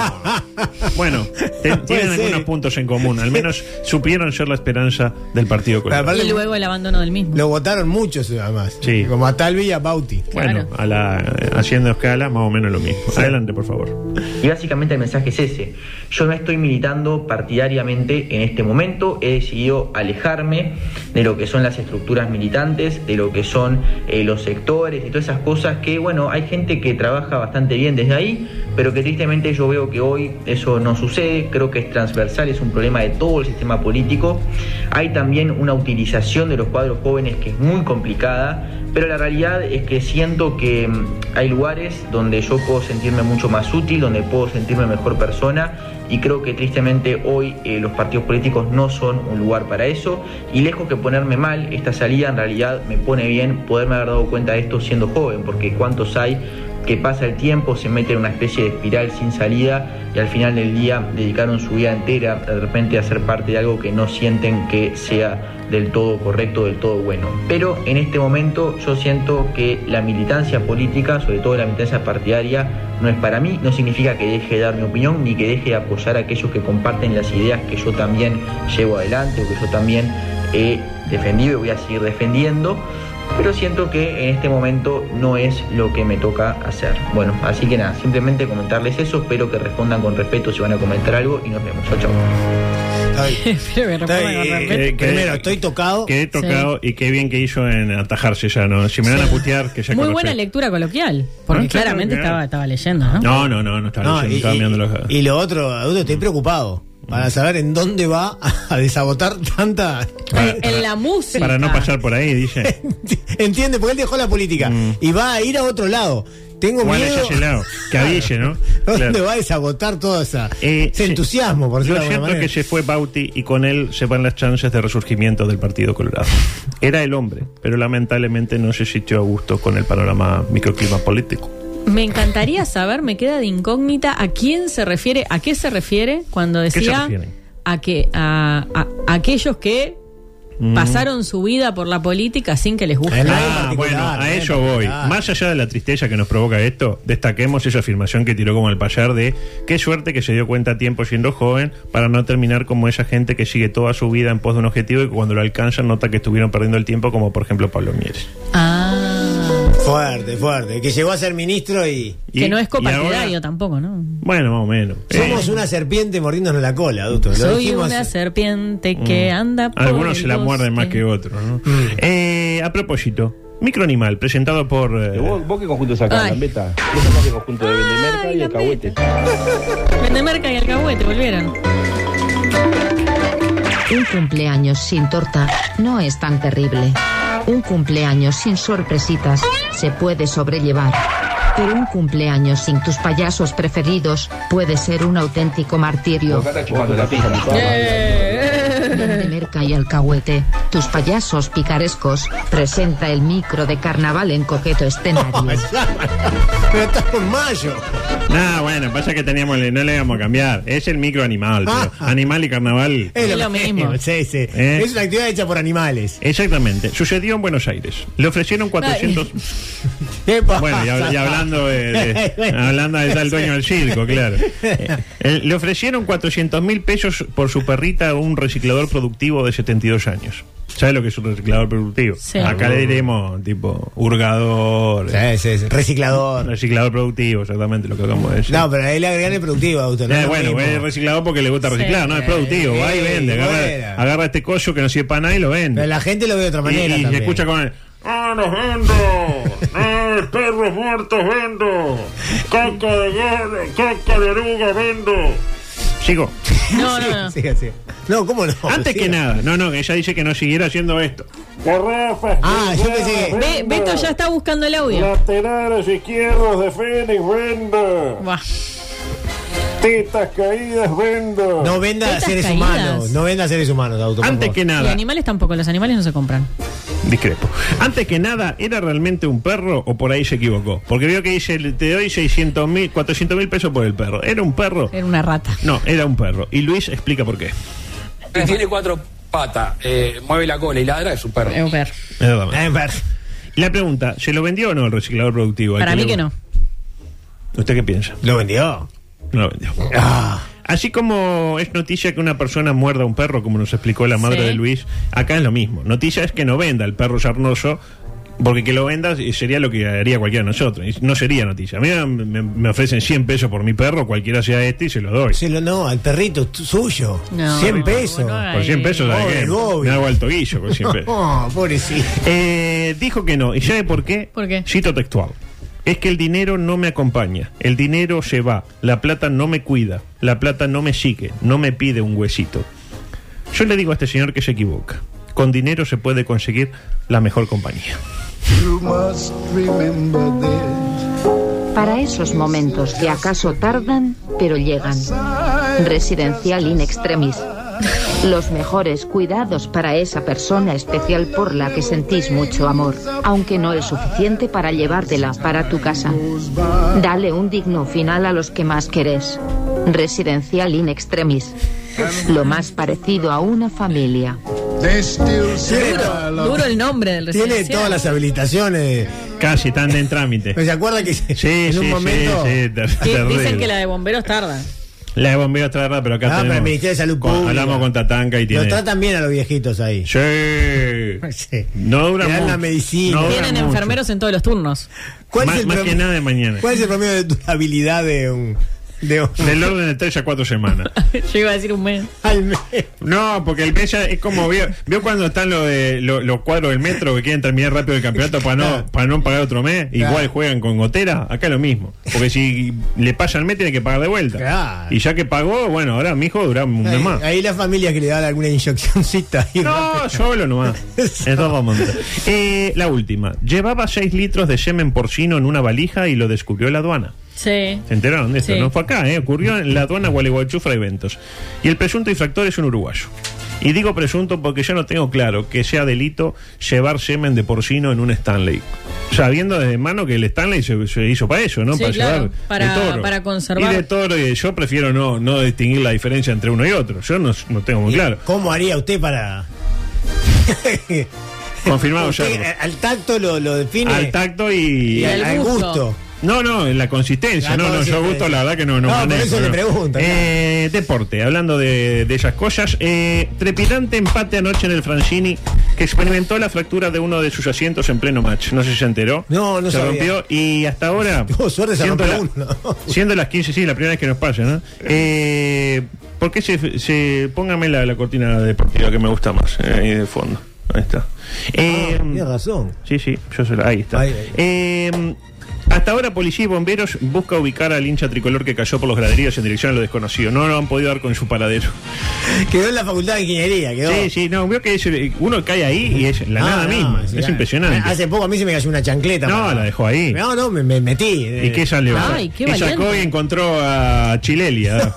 Speaker 9: bueno, te- tienen
Speaker 6: ser.
Speaker 9: algunos puntos en común. Al menos supieron ser la esperanza del Partido Colorado.
Speaker 6: Aparte,
Speaker 10: Y luego el abandono del mismo.
Speaker 6: Lo votaron muchos, además.
Speaker 9: Sí.
Speaker 6: Como a Talvi y a Bauti.
Speaker 9: Bueno, a la, eh, haciendo escala, más o menos lo mismo. Adelante, por favor.
Speaker 16: Y básicamente el mensaje es ese. Yo no estoy militando partidariamente en este momento, he decidido alejarme de lo que son las estructuras militantes, de lo que son eh, los sectores y todas esas cosas que, bueno, hay gente que trabaja bastante bien desde ahí, pero que tristemente yo veo que hoy eso no sucede, creo que es transversal, es un problema de todo el sistema político. Hay también una utilización de los cuadros jóvenes que es muy complicada, pero la realidad es que siento que mm, hay lugares donde yo puedo sentirme mucho más útil, donde puedo sentirme mejor persona y creo que tristemente hoy eh, los partidos políticos no son un lugar para eso y lejos que ponerme mal, esta salida en realidad me pone bien poderme haber dado cuenta de esto siendo joven, porque cuántos hay que pasa el tiempo, se mete en una especie de espiral sin salida y al final del día dedicaron su vida entera de repente a ser parte de algo que no sienten que sea del todo correcto, del todo bueno. Pero en este momento yo siento que la militancia política, sobre todo la militancia partidaria, no es para mí, no significa que deje de dar mi opinión ni que deje de apoyar a aquellos que comparten las ideas que yo también llevo adelante o que yo también he defendido y voy a seguir defendiendo, pero siento que en este momento no es lo que me toca hacer. Bueno, así que nada, simplemente comentarles eso, espero que respondan con respeto si van a comentar algo y nos vemos. Chao, chao.
Speaker 10: Espero que responda con respeto.
Speaker 9: Eh,
Speaker 6: Primero, estoy tocado.
Speaker 9: Quedé tocado y qué bien que hizo en atajarse ya, ¿no? Si me van a putear, que ya
Speaker 10: Muy
Speaker 9: conocen.
Speaker 10: buena lectura coloquial. Porque
Speaker 9: Ah, sí,
Speaker 10: claramente
Speaker 9: claro.
Speaker 10: estaba, estaba leyendo, ¿no?
Speaker 9: No, no, no, no estaba
Speaker 6: No,
Speaker 9: leyendo,
Speaker 6: y,
Speaker 9: estaba
Speaker 6: y-
Speaker 9: mirando los-
Speaker 6: y lo otro, adulto, estoy preocupado. Para saber en dónde va a desabotar tanta.
Speaker 10: Eh, en la música.
Speaker 9: Para no pasar por ahí, dice.
Speaker 6: Entiende, porque él dejó la política y va a ir a otro lado. Tengo
Speaker 9: Mm. Bueno, ya
Speaker 6: miedo.
Speaker 9: es el lado. Que avise, ¿no?
Speaker 6: ¿Dónde
Speaker 9: Claro.
Speaker 6: va a desabotar toda esa
Speaker 9: Eh,
Speaker 6: ese
Speaker 9: sí.
Speaker 6: entusiasmo, por
Speaker 9: Lo
Speaker 6: decirlo de alguna
Speaker 9: cierto es
Speaker 6: manera?
Speaker 9: que se fue Bauti y con él se van las chances de resurgimiento del Partido Colorado. Era el hombre, pero lamentablemente no se sintió a gusto con el panorama microclima político.
Speaker 10: Me encantaría saber, me queda de incógnita, a quién se refiere, a qué se refiere cuando
Speaker 9: ¿Qué se
Speaker 10: decía
Speaker 9: refieren?
Speaker 10: a que a, a- a aquellos que
Speaker 9: Mm.
Speaker 10: pasaron su vida por la política sin que les guste.
Speaker 9: Ah, bueno, a eso voy. Más allá de la tristeza que nos provoca esto, destaquemos esa afirmación que tiró como al payar de qué suerte que se dio cuenta a tiempo siendo joven para no terminar como esa gente que sigue toda su vida en pos de un objetivo y que cuando lo alcanzan nota que estuvieron perdiendo el tiempo, como por ejemplo Pablo Mieres.
Speaker 6: Fuerte, fuerte. Que llegó a ser ministro y.
Speaker 9: Y-
Speaker 10: Ah, que no es
Speaker 9: y ahora-
Speaker 10: copartidario tampoco, ¿no?
Speaker 9: Bueno, más o menos. Eh,
Speaker 6: Somos una serpiente mordiéndonos la cola, adulto. Lo
Speaker 10: Soy
Speaker 6: dijimos-
Speaker 10: una serpiente que
Speaker 9: Mm.
Speaker 10: anda por
Speaker 9: Algunos
Speaker 10: el
Speaker 9: se la muerden más
Speaker 10: bosque.
Speaker 9: que otros, ¿no? Eh, a propósito, Microanimal, presentado por... eh,
Speaker 17: ¿Vos, vos qué conjunto sacás,
Speaker 10: Ay.
Speaker 17: Gambetta? Vos sacás el conjunto de Vendemerca y Alcahuete.
Speaker 10: Vendemerca y Alcahuete volvieron.
Speaker 18: Un cumpleaños sin torta no es tan terrible. Un cumpleaños sin sorpresitas se puede sobrellevar. Pero un cumpleaños sin tus payasos preferidos puede ser un auténtico martirio. Vendemerca y Alcahuete, tus payasos picarescos, presenta el micro de carnaval en coqueto escenario.
Speaker 6: Pero estás con mayo.
Speaker 9: No, Ah, bueno, pasa que teníamos, el- no le íbamos a cambiar. Es el micro animal. pero animal y carnaval.
Speaker 6: Es lo Es lo mismo. mismo. Sí, sí.
Speaker 9: Eh.
Speaker 6: Es una actividad hecha por animales.
Speaker 9: Exactamente. Sucedió en Buenos Aires. Le ofrecieron 400. Bueno, y, hab- y hablando de, de- hablando de tal dueño del circo, claro. Eh, eh, le ofrecieron 400 mil pesos por su perrita a un reciclador productivo de 72 años. ¿Sabe lo que es un reciclador productivo?
Speaker 6: Sí.
Speaker 9: Acá le diremos, tipo, hurgador.
Speaker 6: Reciclador.
Speaker 9: Reciclador productivo, exactamente lo que acabamos de decir.
Speaker 6: No, pero ahí le agregan el productivo, auto.
Speaker 9: Eh, bueno, es reciclado porque le gusta reciclar, no es productivo. va y vende, agarra, agarra este coso que no sirve para nada y lo vende.
Speaker 6: la gente lo ve de otra
Speaker 9: Y-
Speaker 6: manera
Speaker 9: Y, se
Speaker 6: también.
Speaker 9: escucha con el. ¡Ah, los vendo! ¡Ah, perros muertos vendo! ¡Caca de gordo! ¡Caca de oruga vendo! Sigo.
Speaker 10: No, no, no.
Speaker 6: Siga, siga. No, ¿cómo no?
Speaker 9: Antes que nada, no, no, que ella dice que no siguiera haciendo esto.
Speaker 6: Ah, yo pensé que.
Speaker 10: Ve- Beto ya está buscando el audio.
Speaker 9: Laterales izquierdos de Fénix vendo. Tetas caídas vendo.
Speaker 6: No venda
Speaker 10: Tetas
Speaker 6: seres
Speaker 10: caídas.
Speaker 6: humanos. No venda seres humanos, auto. por
Speaker 9: Antes
Speaker 6: favor.
Speaker 9: que
Speaker 10: Y
Speaker 9: nada,
Speaker 10: animales tampoco, los animales no se compran.
Speaker 9: Discrepo. Antes que nada, ¿era realmente un perro o por ahí se equivocó? Porque veo que dice, te doy 600 mil, 400 mil pesos por el perro. ¿Era un perro?
Speaker 10: Era una rata.
Speaker 9: No, era un perro. Y Luis explica por qué.
Speaker 1: Que tiene cuatro patas, eh, mueve la cola y ladra, es un perro.
Speaker 4: Eh,
Speaker 10: Es un perro. Eh.
Speaker 6: Eh,
Speaker 9: Y la pregunta, ¿se lo vendió o no el reciclador productivo?
Speaker 10: Para mí que no.
Speaker 9: ¿Usted qué piensa?
Speaker 6: ¿Lo vendió?
Speaker 9: No lo vendió. Así como es noticia que una persona muerda a un perro, como nos explicó la madre
Speaker 10: Sí.
Speaker 9: de Luis, acá es lo mismo. Noticia es que no venda el perro sarnoso, porque que lo vendas eh, sería lo que haría cualquiera de nosotros. Y No sería noticia. A mí me, me- me ofrecen 100 pesos por mi perro, cualquiera sea este, y se lo doy.
Speaker 6: Se lo no, al perrito tu- suyo. 100 pesos.
Speaker 9: Por 100 pesos, ¿sabe
Speaker 6: Pobre
Speaker 9: qué?
Speaker 6: Gobi.
Speaker 9: Me hago al tobillo con 100 pesos.
Speaker 6: No, pobrecito.
Speaker 9: Eh, dijo que no. ¿Y sabe por qué?
Speaker 10: ¿Por qué?
Speaker 9: Cito textual. Es que el dinero no me acompaña. El dinero se va. La plata no me cuida. La plata no me sigue. No me pide un huesito. Yo le digo a este señor que se equivoca. Con dinero se puede conseguir la mejor compañía.
Speaker 18: Para esos momentos que acaso tardan, pero llegan. Residencial in extremis. Los mejores cuidados para esa persona especial por la que sentís mucho amor, aunque no es suficiente para llevártela para tu casa. Dale un digno final a los que más querés. Residencial in extremis. Lo más parecido a una familia.
Speaker 10: Duro, duro el nombre del
Speaker 6: Tiene
Speaker 10: residencial.
Speaker 6: todas las habilitaciones.
Speaker 9: Casi tan en trámite.
Speaker 6: ¿Se acuerda que se-
Speaker 9: Sí,
Speaker 6: en un
Speaker 9: sí,
Speaker 6: momento?
Speaker 9: sí, sí, ter-
Speaker 10: Que Dicen
Speaker 9: terrible.
Speaker 10: que la de bomberos tarda.
Speaker 9: La de bomberos tarda, pero acá
Speaker 6: Ah, pero
Speaker 9: tenemos-
Speaker 6: el Ministerio de Salud
Speaker 9: con-
Speaker 6: Pública.
Speaker 9: Hablamos con Tatanca y tiene...
Speaker 6: Los tratan bien a los viejitos ahí.
Speaker 9: Sí.
Speaker 6: Sí.
Speaker 9: No dura
Speaker 6: Le dan
Speaker 9: mucho.
Speaker 6: la medicina.
Speaker 9: No dura
Speaker 10: Tienen
Speaker 9: mucho.
Speaker 10: enfermeros en todos los turnos.
Speaker 6: ¿Cuál
Speaker 9: Más-
Speaker 6: es el
Speaker 9: más
Speaker 6: promedio-
Speaker 9: que nada de mañana.
Speaker 6: ¿Cuál es el promedio de durabilidad de un. de un-
Speaker 9: Del orden de 3 a 4 semanas.
Speaker 10: Yo iba a decir un mes.
Speaker 6: al mes?
Speaker 9: No, porque el mes ya es como. ¿Vio, vio cuando están lo de- lo- los cuadros del metro que quieren terminar rápido el campeonato para no, para no pagar otro mes? Igual juegan con gotera. Acá lo mismo. Porque si le pasa el mes, tiene que pagar de vuelta.
Speaker 6: Claro.
Speaker 9: Y ya que pagó, bueno, ahora mi hijo dura un mes
Speaker 6: Ahí,
Speaker 9: más.
Speaker 6: ahí la familia que le da alguna inyeccióncita. y
Speaker 9: No, solo nomás. En todo momento. Eh, la última. Llevaba 6 litros de semen porcino en una valija y lo descubrió la aduana.
Speaker 10: Sí.
Speaker 9: ¿Se enteraron de esto?
Speaker 10: Sí.
Speaker 9: No fue acá, ¿eh? ocurrió en la aduana Gualeguaychú Eventos. Y el presunto infractor es un uruguayo. Y digo presunto porque yo no tengo claro que sea delito llevar semen de porcino en un Stanley. Sabiendo desde mano que el Stanley se, se hizo para eso, ¿no?
Speaker 10: Sí,
Speaker 9: para
Speaker 10: claro,
Speaker 9: llevar de
Speaker 10: para-
Speaker 9: toro.
Speaker 10: para conservar.
Speaker 9: Y de toro, y yo prefiero no, no distinguir la diferencia entre uno y otro. Yo no, no tengo muy claro.
Speaker 6: ¿Cómo haría usted para.?
Speaker 9: Confirmado ya.
Speaker 6: Usted, al tacto lo, lo define.
Speaker 9: Al tacto y...
Speaker 6: Y al- al gusto.
Speaker 9: No, no, en la consistencia.
Speaker 6: La
Speaker 9: no, no, yo
Speaker 6: consistencia.
Speaker 9: gusto la verdad que no, no,
Speaker 6: No, por
Speaker 9: manejo,
Speaker 6: eso le
Speaker 9: no.
Speaker 6: pregunto, claro.
Speaker 9: Eh, Deporte, hablando de, de esas cosas. eh, trepidante empate anoche en el Francini que experimentó la fractura de uno de sus asientos en pleno match. No sé si se enteró.
Speaker 6: No, no
Speaker 9: Se
Speaker 6: sabía.
Speaker 9: rompió y hasta ahora...
Speaker 6: Tuvo suerte, se
Speaker 9: siendo
Speaker 6: rompió
Speaker 9: la-
Speaker 6: uno.
Speaker 9: Siendo las 15, sí, la primera vez que nos pasa, ¿no? Eh, ¿Por qué se, se... Póngame la, la cortina deportiva que me gusta más, eh, ahí de fondo.
Speaker 6: Ah,
Speaker 9: Ahí está. Eh,
Speaker 6: Tiene razón.
Speaker 9: Sí, sí, yo se la- ahí está.
Speaker 6: Ahí, ahí.
Speaker 9: Eh, Hasta ahora Policía y Bomberos busca ubicar al hincha tricolor que cayó por los graderíos en dirección a lo desconocido. No lo han podido dar con su paradero.
Speaker 6: Quedó en la Facultad de Ingeniería, quedó.
Speaker 9: Sí, sí, no, veo que es- eh, uno cae ahí y es la
Speaker 6: No,
Speaker 9: nada
Speaker 6: no,
Speaker 9: misma.
Speaker 6: Ah, sí,
Speaker 9: es
Speaker 6: claro. Ah,
Speaker 9: impresionante.
Speaker 6: Hace poco a mí se me cayó una chancleta.
Speaker 9: No,
Speaker 6: mano.
Speaker 9: la dejó ahí.
Speaker 6: No, no, me, me metí. eh.
Speaker 9: ¿Y qué salió?
Speaker 10: Ay, qué
Speaker 9: y sacó
Speaker 10: valiente.
Speaker 9: y encontró a Chilelia.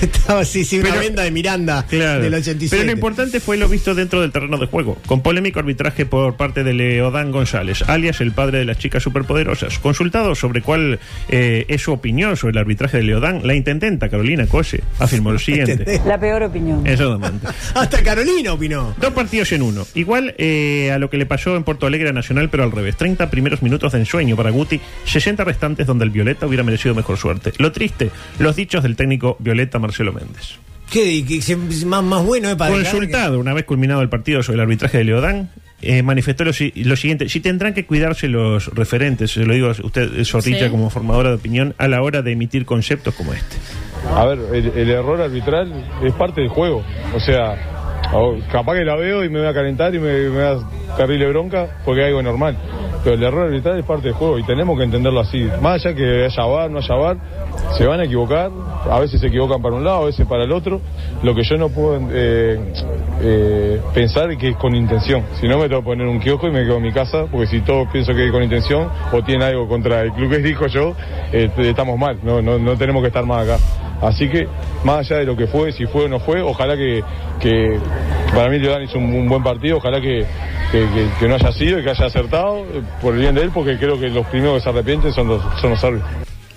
Speaker 6: Estaba así, sí, una
Speaker 9: Pero-
Speaker 6: venda de Miranda
Speaker 9: Claro.
Speaker 6: del 87.
Speaker 9: Pero lo importante fue lo visto dentro del terreno de juego, con polémico arbitraje por parte de Leodán González, alias el padre de las chicas superpoderosas. Consultado sobre cuál eh, es su opinión sobre el arbitraje de Leodán, la intendenta Carolina Cose afirmó lo siguiente.
Speaker 19: La peor opinión.
Speaker 9: Exactamente.
Speaker 6: Hasta Carolina opinó.
Speaker 9: Dos partidos en uno. Igual eh, a lo que le pasó en Porto Alegre a Nacional, pero al revés. 30 primeros minutos de ensueño para Guti, 60 restantes donde el Violeta hubiera merecido mejor suerte. Lo triste, los dichos del técnico Violeta Marcelo Méndez.
Speaker 6: ¿Qué, qué- se- más, más bueno, ¿eh? Para dejar
Speaker 9: Consultado una vez culminado el partido sobre el arbitraje de Leodán, eh, manifestó lo, si- lo siguiente: si tendrán que cuidarse los referentes, se lo digo a usted, eh, Zorrilla,
Speaker 17: Sí.
Speaker 9: como formadora de opinión, a la hora de emitir conceptos como este.
Speaker 17: A ver, el, el error arbitral es parte del juego. O sea, o- capaz que la veo y me voy a calentar y me, me da terrible bronca porque es algo normal. Pero el error arbitral es parte del juego y tenemos que entenderlo así. Más allá que haya bar, no haya bar, se van a equivocar. A veces se equivocan para un lado, a veces para el otro. Lo que yo no puedo eh, eh, pensar es que es con intención. Si no, me tengo que poner un kiosco y me quedo en mi casa porque si todos pienso que es con intención o tiene algo contra el club que dijo yo, eh, estamos mal. No, no, no tenemos que estar más acá. Así que, más allá de lo que fue, si fue o no fue, ojalá que, que- para mí Leodán hizo un, un buen partido, ojalá que, que- que- que no haya sido y que haya acertado eh, por el bien de él, porque creo que los primeros que se arrepienten son los, son los árbitros.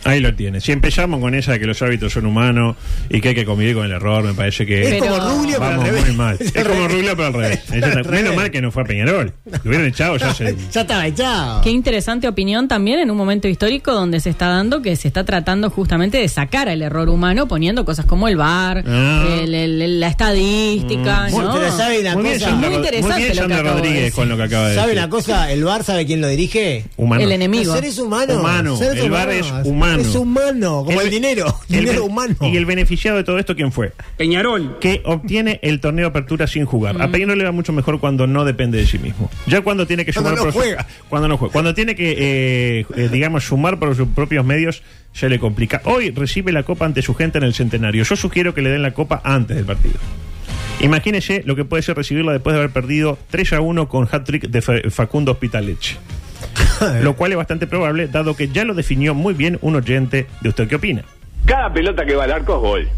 Speaker 9: Ahí lo tiene. Si empezamos con esa de que los árbitros son humanos y que hay que convivir con el error, me parece que.
Speaker 6: Es como Pero- Rubio, pero al
Speaker 9: Vamos
Speaker 6: revés.
Speaker 9: muy mal. Es como Rubio, pero al revés. Exactamente. Menos mal que no fue a Peñarol. Lo hubieran echado ya se.
Speaker 6: Ya estaba echado.
Speaker 10: Qué interesante opinión también en un momento histórico donde se está dando que se está tratando justamente de sacar el error humano poniendo cosas como el bar,
Speaker 9: Ah. Mm.
Speaker 10: el- el- el- la estadística.
Speaker 6: Bueno,
Speaker 10: ¿no?
Speaker 6: pero ¿sabe una
Speaker 10: Muy
Speaker 6: cosa?
Speaker 10: bien, Sandra Rod- muy interesante
Speaker 9: muy bien,
Speaker 10: lo
Speaker 9: Sandra
Speaker 10: que acabo de
Speaker 9: Rodríguez,
Speaker 10: decir.
Speaker 9: con lo que acaba de
Speaker 6: ¿Sabe
Speaker 9: decir.
Speaker 6: una cosa? ¿El bar sabe quién lo dirige?
Speaker 9: Humano.
Speaker 10: El enemigo.
Speaker 6: Los seres humanos.
Speaker 9: Humano.
Speaker 6: Seres
Speaker 9: El VAR
Speaker 6: humanos.
Speaker 9: es humano.
Speaker 6: Es humano, como el,
Speaker 9: El-
Speaker 6: dinero.
Speaker 9: El
Speaker 6: dinero
Speaker 9: ben-
Speaker 6: humano.
Speaker 9: ¿Y el beneficiado de todo esto quién fue? Peñarol. Que obtiene el torneo de apertura sin jugar.
Speaker 6: Mm.
Speaker 9: A Peñarol le va mucho mejor cuando no depende de sí mismo. Ya cuando tiene que
Speaker 6: Cuando
Speaker 9: sumar
Speaker 6: no
Speaker 9: por su-
Speaker 6: juega.
Speaker 9: cuando no juega. Cuando tiene que, eh, eh, digamos, sumar por sus propios medios, se le complica. Hoy recibe la copa ante su gente en el centenario. Yo sugiero que le den la copa antes del partido. Imagínese lo que puede ser recibirla después de haber perdido 3 a 1 con hat-trick de Fa- Facundo Hospitaleche.
Speaker 6: Eh.
Speaker 9: lo cual es bastante probable, dado que ya lo definió muy bien un oyente de usted. ¿Qué opina?
Speaker 20: Cada pelota que va al arco es gol,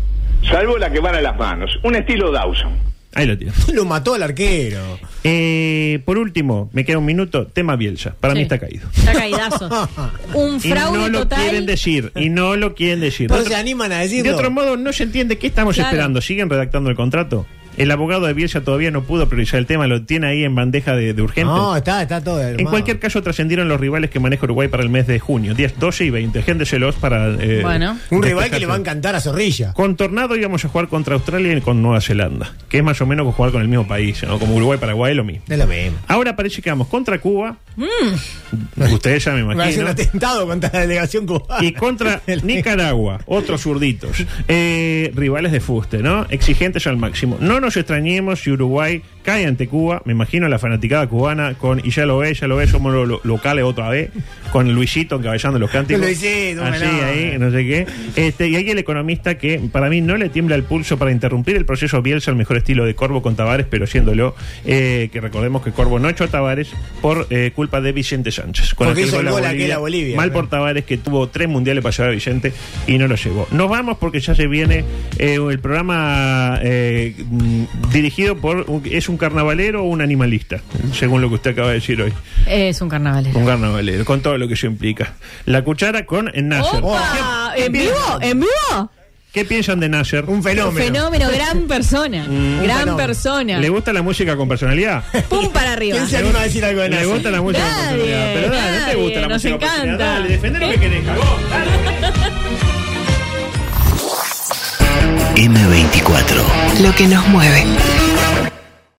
Speaker 20: salvo la que van a las manos. Un estilo Dawson.
Speaker 9: Ahí lo tiene.
Speaker 6: Lo mató al arquero.
Speaker 9: Eh, por último, me queda un minuto. Tema Bielsa. Para mí está caído.
Speaker 10: Está caidazo. Un
Speaker 9: Y
Speaker 10: fraude
Speaker 9: no lo quieren
Speaker 10: total.
Speaker 9: decir. Y no lo quieren decir.
Speaker 6: No
Speaker 9: De
Speaker 6: Pues se
Speaker 9: otro-
Speaker 6: animan a
Speaker 9: de
Speaker 6: decirlo.
Speaker 9: otro modo, no se entiende qué estamos
Speaker 10: Claro.
Speaker 9: esperando. ¿Siguen redactando el contrato? El abogado de Bielsa todavía no pudo priorizar el tema. Lo tiene ahí en bandeja de, de urgente.
Speaker 6: No, está, está todo.
Speaker 9: pues. En
Speaker 6: hermano.
Speaker 9: cualquier caso, trascendieron los rivales que maneja Uruguay para el mes de junio. 10, 12 y 20. Agéndeselos para... eh,
Speaker 10: Bueno.
Speaker 6: Un rival que
Speaker 9: despejarse.
Speaker 6: le va a encantar a Zorrilla.
Speaker 9: Con Tornado íbamos a jugar contra Australia y con Nueva Zelanda, que es más o menos jugar con el mismo país, ¿no? Como Uruguay, Paraguay, lo mismo.
Speaker 6: Es lo mismo.
Speaker 9: Ahora parece que vamos contra Cuba. Ustedes ya me
Speaker 6: Me hace un
Speaker 9: imagino.
Speaker 6: atentado contra la delegación cubana.
Speaker 9: Y contra Nicaragua, otros zurditos. Eh, rivales de fuste, ¿no? Exigentes al máximo. No nos extrañemos si Uruguay cae ante Cuba. Me imagino la fanaticada cubana con, y ya lo ve, ya lo ve, somos los lo- locales otra vez, con Luisito encabezando los cánticos.
Speaker 6: Luisito,
Speaker 9: Así,
Speaker 6: bueno.
Speaker 9: ahí, no sé qué. Este, y hay el economista que para mí no le tiembla el pulso para interrumpir el proceso Bielsa al mejor estilo de Corvo con Tavares, pero siéndolo, eh, que recordemos que Corvo no echó a Tavares por eh, culpa de Vicente Sánchez.
Speaker 6: Porque
Speaker 9: aquel
Speaker 6: hizo el
Speaker 9: a
Speaker 6: gol aquel a Bolivia,
Speaker 9: Mal
Speaker 6: claro.
Speaker 9: por Tavares que tuvo tres mundiales para llevar a Vicente y no lo llevó. Nos vamos porque ya se viene eh, el programa eh, mm, dirigido por... un- ¿Es un carnavalero o un animalista? Según lo que usted acaba de decir hoy.
Speaker 10: Es un carnavalero.
Speaker 9: Un carnavalero, con todo lo que eso implica. La cuchara con Nasser.
Speaker 6: Oh.
Speaker 10: ¡Opa! ¿En vivo? ¿En vivo?
Speaker 9: ¿Qué piensan de Nasser? Un
Speaker 10: Fenómeno, gran persona.
Speaker 9: Mm.
Speaker 10: gran persona.
Speaker 9: ¿Le gusta la música con personalidad?
Speaker 10: Pum para arriba.
Speaker 6: ¿Quién se anima a decir algo de
Speaker 9: ¿Le
Speaker 6: Nazi?
Speaker 9: gusta la música con
Speaker 10: Nadie,
Speaker 9: personalidad? Pero dale, ¿no te
Speaker 10: nadie,
Speaker 9: gusta la
Speaker 10: nos
Speaker 9: música con personalidad?
Speaker 10: encanta.
Speaker 9: Dale, defende
Speaker 6: Eh,
Speaker 9: lo que querés, cagón.
Speaker 3: M24.
Speaker 2: Lo que nos mueve.